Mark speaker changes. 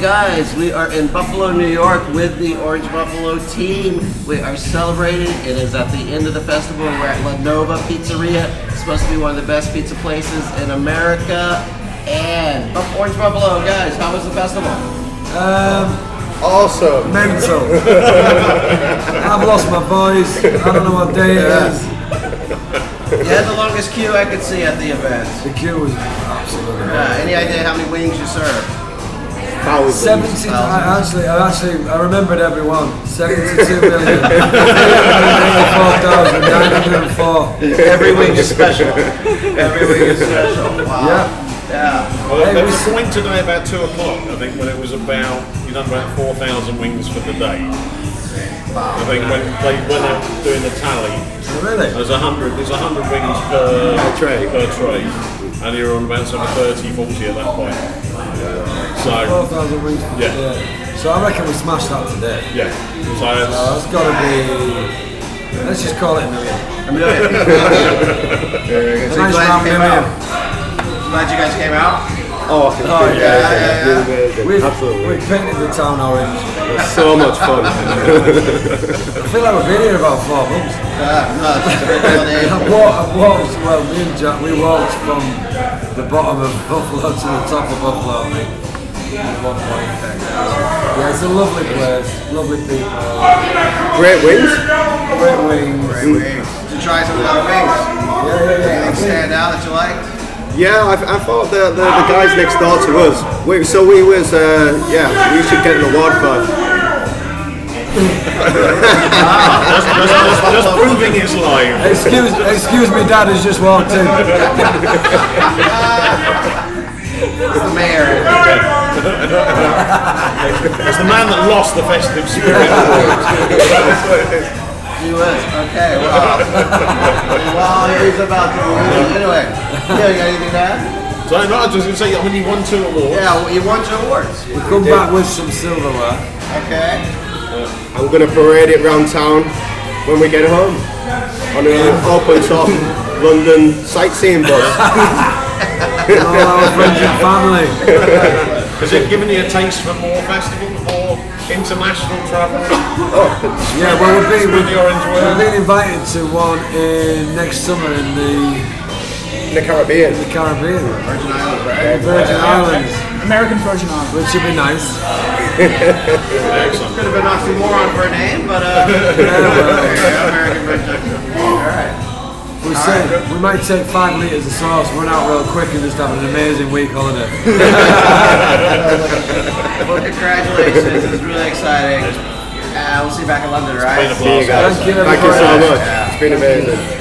Speaker 1: guys, we are in Buffalo, New York with the Orange Buffalo team. We are celebrating. It is at the end of the festival. We're at La Nova Pizzeria. It's supposed to be one of the best pizza places in America. And Buff- Orange Buffalo, guys, how was the festival?
Speaker 2: Awesome.
Speaker 3: Mental. I've lost my voice. I don't know what day it is.
Speaker 1: You had the longest queue I could see at the event.
Speaker 3: The queue was absolutely.
Speaker 1: Uh, any idea how many wings you served?
Speaker 2: Thousands.
Speaker 3: Seventy. I actually, I actually, I remembered everyone. Seventy-two million.
Speaker 1: Every wing is special. Every wing is special. Wow.
Speaker 3: Yeah.
Speaker 1: Yeah.
Speaker 4: Well,
Speaker 3: Hey,
Speaker 4: they
Speaker 3: we
Speaker 4: were
Speaker 3: s-
Speaker 4: went today about two o'clock, I think, when it was about you done about four thousand wings for the day. I think when they when they were doing the tally,
Speaker 3: Really?
Speaker 4: there's a hundred there's a hundred wings per
Speaker 2: tray.
Speaker 4: Per tray, and you're on about sort of 30, 40 at that point.
Speaker 3: Four
Speaker 4: So
Speaker 3: thousand weeks.
Speaker 4: Yeah.
Speaker 3: So I reckon we smashed that today.
Speaker 4: yeah, so it's,
Speaker 3: That's got to be. Let's just call it a million.
Speaker 1: A million.
Speaker 3: A
Speaker 1: So glad
Speaker 3: nice
Speaker 1: you
Speaker 3: round
Speaker 1: came
Speaker 3: million.
Speaker 1: out. Glad you guys came out.
Speaker 2: Oh, I can
Speaker 3: Oh,
Speaker 2: feel it.
Speaker 3: yeah,
Speaker 1: yeah, yeah.
Speaker 2: Amazing.
Speaker 3: We've,
Speaker 2: Absolutely.
Speaker 3: we've painted the town orange.
Speaker 2: It was so much fun.
Speaker 3: I feel like we've been here about four months.
Speaker 1: Yeah, no, it's just a great deal, Dave.
Speaker 3: I walked, I walked, well, me and Jack, we walked from the bottom of Buffalo to the top of Buffalo, I think, at one point. Yeah, it's a lovely place, lovely people,
Speaker 2: Great wins.
Speaker 3: great wings.
Speaker 1: to try some of the other wings. Anything stand out that you liked?
Speaker 2: Yeah, I, I thought the, the, the guys next door to us. We, so we was, uh, yeah, we should get an award for.
Speaker 4: just, just proving it's live.
Speaker 3: Excuse, excuse me, Dad has just walked in.
Speaker 1: It's the mayor.
Speaker 4: It's the man that lost the festive spirit.
Speaker 1: He was. Okay, well. well, he's about to lose. Anyway, yeah, you got anything to add?
Speaker 4: so no, I was just going to say when you won two awards.
Speaker 1: Yeah, well, you won two awards.
Speaker 3: We've come back with some silverware.
Speaker 1: Okay.
Speaker 2: I'm going to parade it round town when we get home on an open top London sightseeing bus.
Speaker 3: with All our friends and family.
Speaker 4: Has it given you a taste for more festivals, more international travel?
Speaker 3: Yeah, well, we've been,
Speaker 4: Spread the
Speaker 3: we've,
Speaker 4: orange word.
Speaker 3: been invited to one in next summer in the,
Speaker 2: in the Caribbean.
Speaker 3: the Caribbean. Virgin Islands, right? Virgin Islands,
Speaker 5: American Virgin Islands.
Speaker 3: which should be nice.
Speaker 4: Excellent.
Speaker 1: Could have been oxymoron for a name, but uh, yeah, American version. All right.
Speaker 3: We said we might take five litres of sauce, run out real quick, and just have an amazing week holiday.
Speaker 1: Well, congratulations. It's really exciting. Uh, we'll see you back in London, right?
Speaker 4: Been a blast.
Speaker 2: guys.
Speaker 3: Thank you,
Speaker 2: Thank you so
Speaker 3: everybody.
Speaker 2: much. It's been amazing.